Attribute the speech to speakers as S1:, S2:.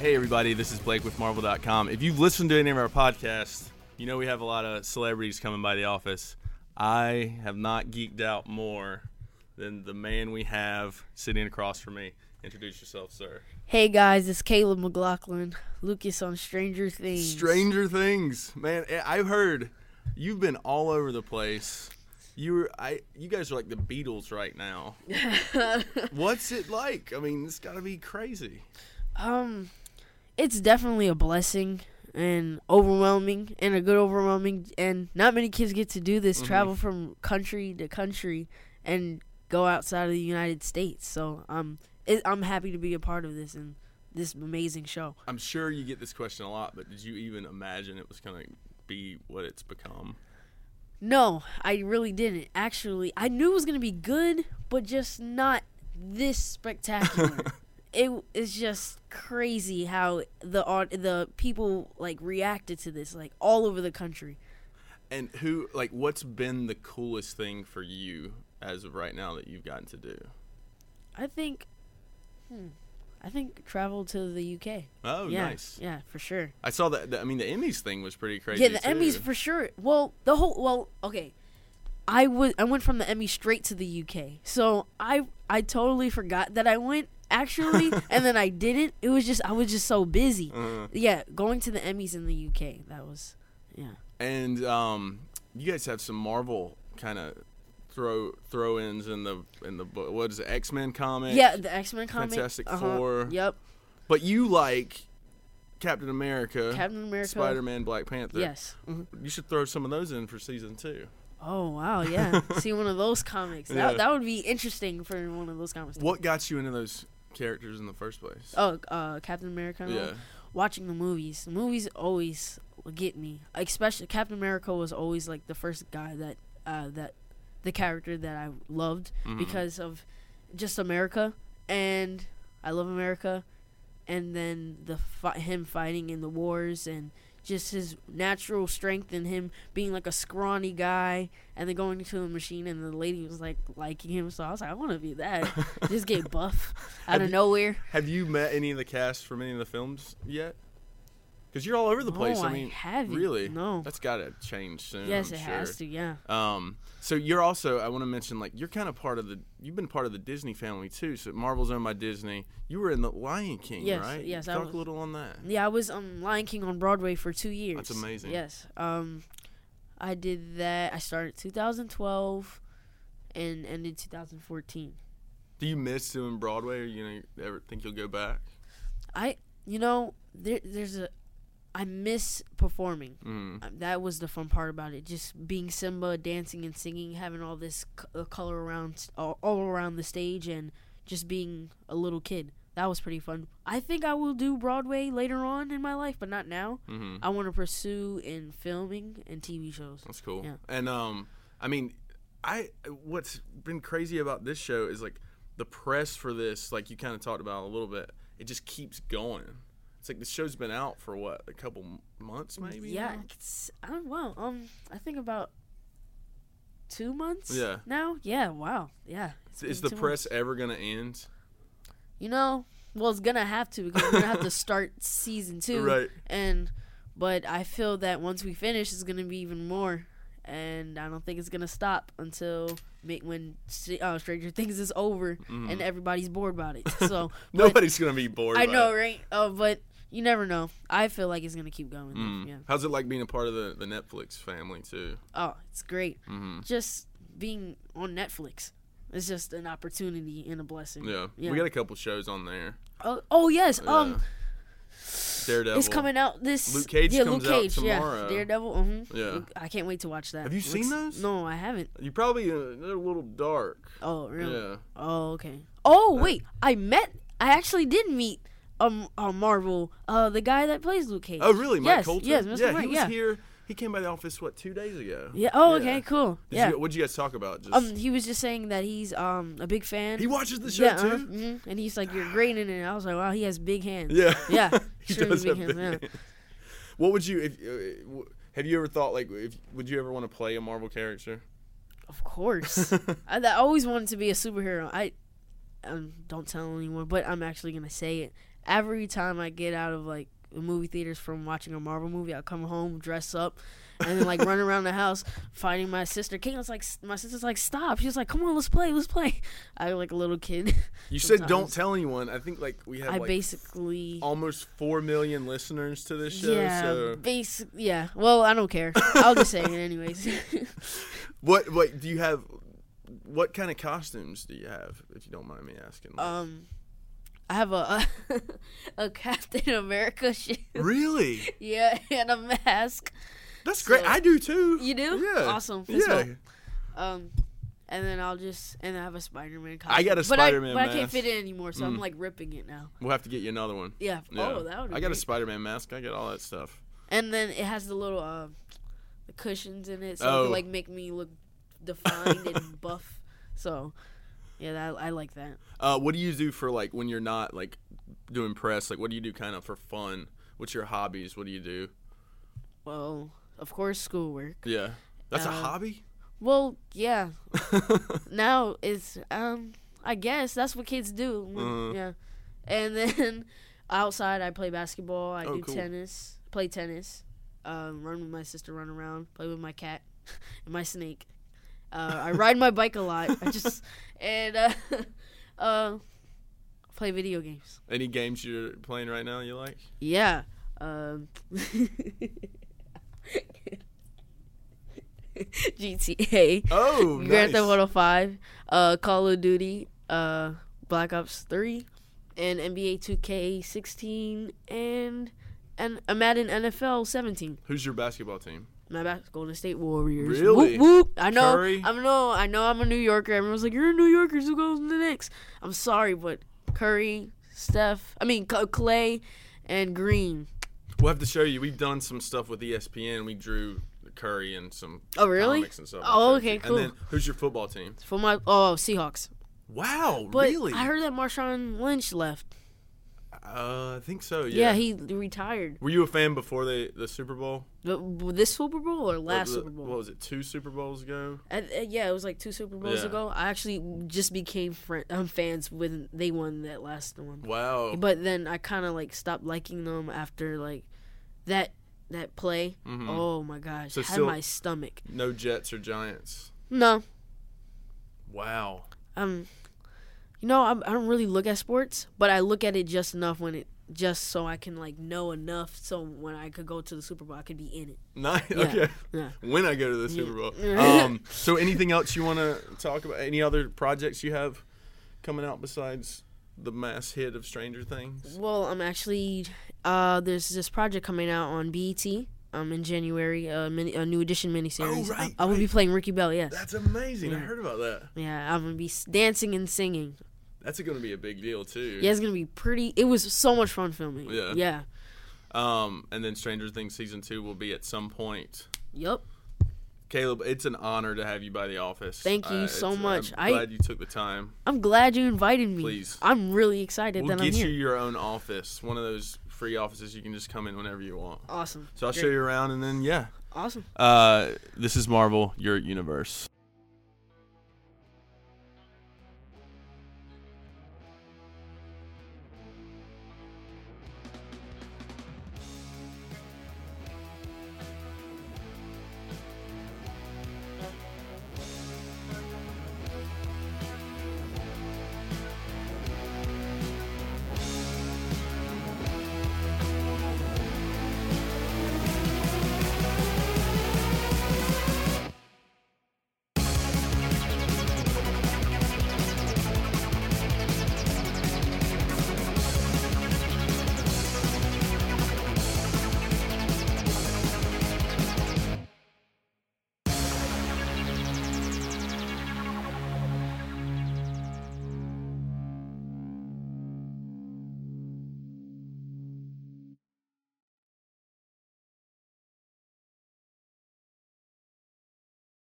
S1: Hey, everybody, this is Blake with Marvel.com. If you've listened to any of our podcasts, you know we have a lot of celebrities coming by the office. I have not geeked out more than the man we have sitting across from me. Introduce yourself, sir.
S2: Hey guys, it's Caleb McLaughlin, Lucas on Stranger Things.
S1: Stranger Things, man. I- I've heard you've been all over the place. You were, I, you guys are like the Beatles right now. What's it like? I mean, it's got to be crazy.
S2: um, it's definitely a blessing and overwhelming, and a good overwhelming. And not many kids get to do this, travel from country to country, and go outside of the United States. So um, it, I'm happy to be a part of this and this amazing show.
S1: I'm sure you get this question a lot, but did you even imagine it was going to be what it's become?
S2: No, I really didn't. Actually, I knew it was gonna be good, but just not this spectacular. it is just crazy how the au- the people like reacted to this, like all over the country.
S1: And who, like, what's been the coolest thing for you as of right now that you've gotten to do?
S2: I think, hmm, I think travel to the UK.
S1: Oh,
S2: yeah,
S1: nice.
S2: yeah, for sure.
S1: I saw that. that- I mean, the Emmys thing was pretty crazy.
S2: yeah, the Emmys
S1: too.
S2: for sure. Well, the whole well, okay. I was I went from the Emmy straight to the UK. So I I totally forgot that I went actually and then I didn't. It was just I was just so busy.
S1: Uh,
S2: Yeah, going to the Emmys in the UK. That was yeah.
S1: and um, you guys have some Marvel kind of throw throw ins in the in the bo- what is it X Men comic?
S2: Yeah, the X-Men comic.
S1: Fantastic
S2: uh-huh,
S1: Four.
S2: Yep.
S1: But you like Captain America,
S2: Captain America.
S1: Spider Man, Black Panther.
S2: Yes. mhm.
S1: You should throw some of those in for season two.
S2: Oh wow, yeah. See one of those comics. That,
S1: Yeah.
S2: that would be interesting for one of those comics.
S1: What got you into those characters in the first place?
S2: Oh, uh, Captain America. and all?
S1: yeah.
S2: watching the movies. The movies always get me. Especially Captain America was always like the first guy that uh, that the character that I loved
S1: Mhm.
S2: because of just America and I love America, and then the fi- him fighting in the wars and just his natural strength and him being like a scrawny guy and then going into the machine and the lady was like liking him so I was like I want to be that just get buff out
S1: Have
S2: of
S1: you-
S2: nowhere
S1: Have you met any of the cast from any of the films yet? Because you're all over the place.
S2: no,
S1: I mean,
S2: Oh, haven't
S1: really,
S2: no
S1: that's got to change soon.
S2: Yes,
S1: I'm
S2: it
S1: sure.
S2: has to. Yeah.
S1: Um, so you're also, I want to mention, like you're kind of part of the, you've been part of the Disney family too. So Marvel's owned by Disney. You were in the Lion King,
S2: Yes,
S1: right?
S2: yes, I
S1: Talk
S2: was.
S1: a little on that.
S2: Yeah, I was um Lion King on Broadway for two years.
S1: amazing.
S2: Yes. Um, I did that. I started 2012, and ended 2014.
S1: Do you miss doing Broadway, or you know, ever think you'll go back?
S2: I, you know, there, there's a, I miss performing.
S1: Mm.
S2: Um, That was the fun part about it. Just being Simba, dancing and singing, having all this c- uh, color around s- all, all around the stage, and just being a little kid. That was pretty fun. I think I will do Broadway later on in my life, but not now.
S1: hmm
S2: I want to pursue in filming and TV shows.
S1: That's cool.
S2: Yeah.
S1: And um, I mean, I what's been crazy about this show is like the press for this, like you kind of talked about a little bit. It just keeps going. It's like the show's been out for what a couple m- months, maybe.
S2: Yeah,
S1: now?
S2: it's, I don't wow. Um, I think about two months.
S1: Yeah.
S2: Now, yeah, wow, yeah. it's
S1: Is
S2: been
S1: the
S2: two
S1: press ever gonna end?
S2: months. You know, well, it's gonna have to because we're gonna have to start season two.
S1: Right.
S2: And, but I feel that once we finish, it's gonna be even more, and I don't think it's gonna stop until. Make when Str- uh, Stranger Things is over
S1: Mm-hmm.
S2: and everybody's bored about it. So but
S1: Nobody's gonna be bored.
S2: I
S1: by
S2: know,
S1: it.
S2: right? Oh, but you never know. I feel like it's gonna keep going. though.
S1: Mm.
S2: Yeah.
S1: How's it like being a part of the, the Netflix family too?
S2: Oh, it's great.
S1: Mm-hmm.
S2: Just being on Netflix. It's just an opportunity and a blessing.
S1: Yeah.
S2: Yeah.
S1: we got a couple shows on there.
S2: Oh, oh yes.
S1: Yeah.
S2: Um,
S1: Daredevil.
S2: it's coming out this.
S1: Luke Cage
S2: yeah,
S1: comes
S2: Luke
S1: out
S2: Cage,
S1: tomorrow.
S2: Yeah, Daredevil. mhm.
S1: Yeah.
S2: Luke- I can't wait to watch that.
S1: Have you seen
S2: Looks-
S1: those?
S2: No, I haven't.
S1: You probably uh, they're a little dark.
S2: Oh, really?
S1: Yeah.
S2: Oh, okay. Oh,
S1: Uh,
S2: wait. I met. I actually did meet um uh, Marvel. Uh, the guy that plays Luke Cage.
S1: Oh, really? Mike
S2: yes,
S1: Colter?
S2: Yes, Mr.
S1: Yeah,
S2: Mike.
S1: he was
S2: yeah.
S1: here. He came by the office what two days ago.
S2: Yeah.
S1: Yeah.
S2: Oh, okay. Cool.
S1: Did
S2: yeah.
S1: You, what'd you guys talk about? Just
S2: Um, he was just saying that he's um a big fan.
S1: he watches the show
S2: uh-huh,
S1: too.
S2: mhm, And he's like, "You're great in it." And I was like, "Wow, he has big hands."
S1: Yeah,
S2: Yeah,
S1: he
S2: sure,
S1: does
S2: big
S1: have
S2: hands,
S1: big
S2: yeah.
S1: hands. What would you if uh, w- have you ever thought like if would you ever want to play a Marvel character?
S2: Of course. I, I always wanted to be a superhero. I um, don't tell anyone, but I'm actually gonna say it. every time I get out of like the movie theaters from watching a Marvel movie, I come home, dress up, and then like run around the house fighting my sister. Caitlin's like, s- my sister's like, stop. She's like, come on, let's play, let's play. I act like a little kid.
S1: You said don't
S2: Sometimes.
S1: tell anyone. I think like we have
S2: I
S1: like
S2: basically.
S1: almost four million listeners to this show.
S2: yeah,
S1: So
S2: basic. Yeah. Well, I don't care. I'll just say it anyways.
S1: what what do you have? What kind of costumes do you have? If you don't mind me asking.
S2: um, I have a a Captain America shoe.
S1: really?
S2: Yeah, and a mask.
S1: That's great.
S2: So-
S1: I do too.
S2: You do?
S1: Yeah.
S2: Awesome. Fist
S1: Yeah.
S2: bump. Um, and then I'll just and I have a Spider Man costume.
S1: I got a
S2: But I-
S1: Spider-Man
S2: but I can't
S1: mask.
S2: fit it anymore, so I'm like ripping it now.
S1: We'll have to get you another one.
S2: Yeah.
S1: Yeah.
S2: Oh, that would. Be
S1: I got a
S2: great.
S1: Spider-Man mask. I get all that stuff.
S2: And then it has the little um, the cushions in it, so it
S1: Oh.
S2: could, like make me look defined and buff. So, yeah, that, I like that.
S1: Uh, what do you do for like when you're not like doing press? Like, what do you do kind of for fun? What's your hobbies? What do you do?
S2: Well, of course, schoolwork.
S1: Yeah, that's a
S2: Uh,
S1: hobby.
S2: Well, yeah. now it's um, I guess that's what kids do. Mm,
S1: Uh-huh.
S2: Yeah. And then outside, I play basketball. I
S1: Oh,
S2: do
S1: cool.
S2: tennis. Play tennis. Um, run with my sister. Run around. Play with my cat and my snake. Uh, I ride my bike a lot. I just and uh, uh, play video games.
S1: Any games you're playing right now you like?
S2: Yeah. Um, GTA.
S1: Oh, nice.
S2: Grand Theft Auto Five, uh, Call of Duty, uh, Black Ops Three, and NBA Two K Sixteen, and and a Madden NFL Seventeen.
S1: Who's your basketball team?
S2: My back Golden State Warriors.
S1: Really?
S2: Whoop, whoop. I know.
S1: Curry?
S2: I know. I know. I'm a New Yorker. Everyone's like, "You're a New Yorker. So go to the Knicks." I'm sorry, but Curry, Steph, I mean K- Clay, and Green.
S1: We'll have to show you. We've done some stuff with E ESPN. We drew Curry and some
S2: Oh, really?
S1: comics and stuff. E
S2: Oh,
S1: like that.
S2: okay,
S1: And
S2: cool.
S1: then who's your football team?
S2: For my oh Seahawks.
S1: Wow,
S2: But
S1: really?
S2: I heard that Marshawn Lynch left.
S1: uh, I think so. Yeah.
S2: Yeah, he retired.
S1: Were you a fan before the the Super Bowl?
S2: But w- this Super Bowl or
S1: What
S2: last
S1: was it-
S2: Super Bowl?
S1: What was it? Two Super Bowls ago.
S2: And, uh, yeah, it was like two Super Bowls
S1: Yeah.
S2: ago. I actually just became friend, um, fans when they won that last one.
S1: Wow.
S2: But then I kind of like stopped liking them after like that that play.
S1: Mhm.
S2: Oh my gosh,
S1: So
S2: had
S1: still-
S2: my stomach.
S1: No Jets or Giants.
S2: No,
S1: Wow.
S2: um, you know I'm, I don't really look at sports, but I look at it just enough when it just so I can like know enough so when I could go to the Super Bowl I could be in it.
S1: Nice. Okay.
S2: Yeah.
S1: When I go to the Super Bowl.
S2: Yeah.
S1: Um, so, anything else you want to talk about? Any other projects you have coming out besides the mass hit of Stranger Things?
S2: Well, I'm actually uh, there's this project coming out on BET um in January, a, mini, a new edition miniseries.
S1: Oh, right,
S2: I, I will be
S1: right.
S2: playing Ricky Bell. Yes.
S1: That's amazing. I heard about that.
S2: yeah, I'm gonna be s- dancing and singing.
S1: That's going to be a big deal too.
S2: Yeah, it's gonna be pretty. It was so much fun filming. it.
S1: Yeah.
S2: Yeah.
S1: Um, and then Stranger Things season two will be at some point.
S2: Yup.
S1: Caleb, it's an honor to have you by the office.
S2: Thank you so
S1: it's-
S2: much.
S1: I'm
S2: I-
S1: glad you took the time.
S2: I'm glad you invited me.
S1: Please.
S2: I'm really excited
S1: We'll
S2: that I'm
S1: get
S2: here.
S1: you your own office, one of those free offices you can just come in whenever you want.
S2: Awesome.
S1: So I'll show
S2: Great.
S1: you around, and then yeah.
S2: Awesome.
S1: Uh, this is Marvel, your universe.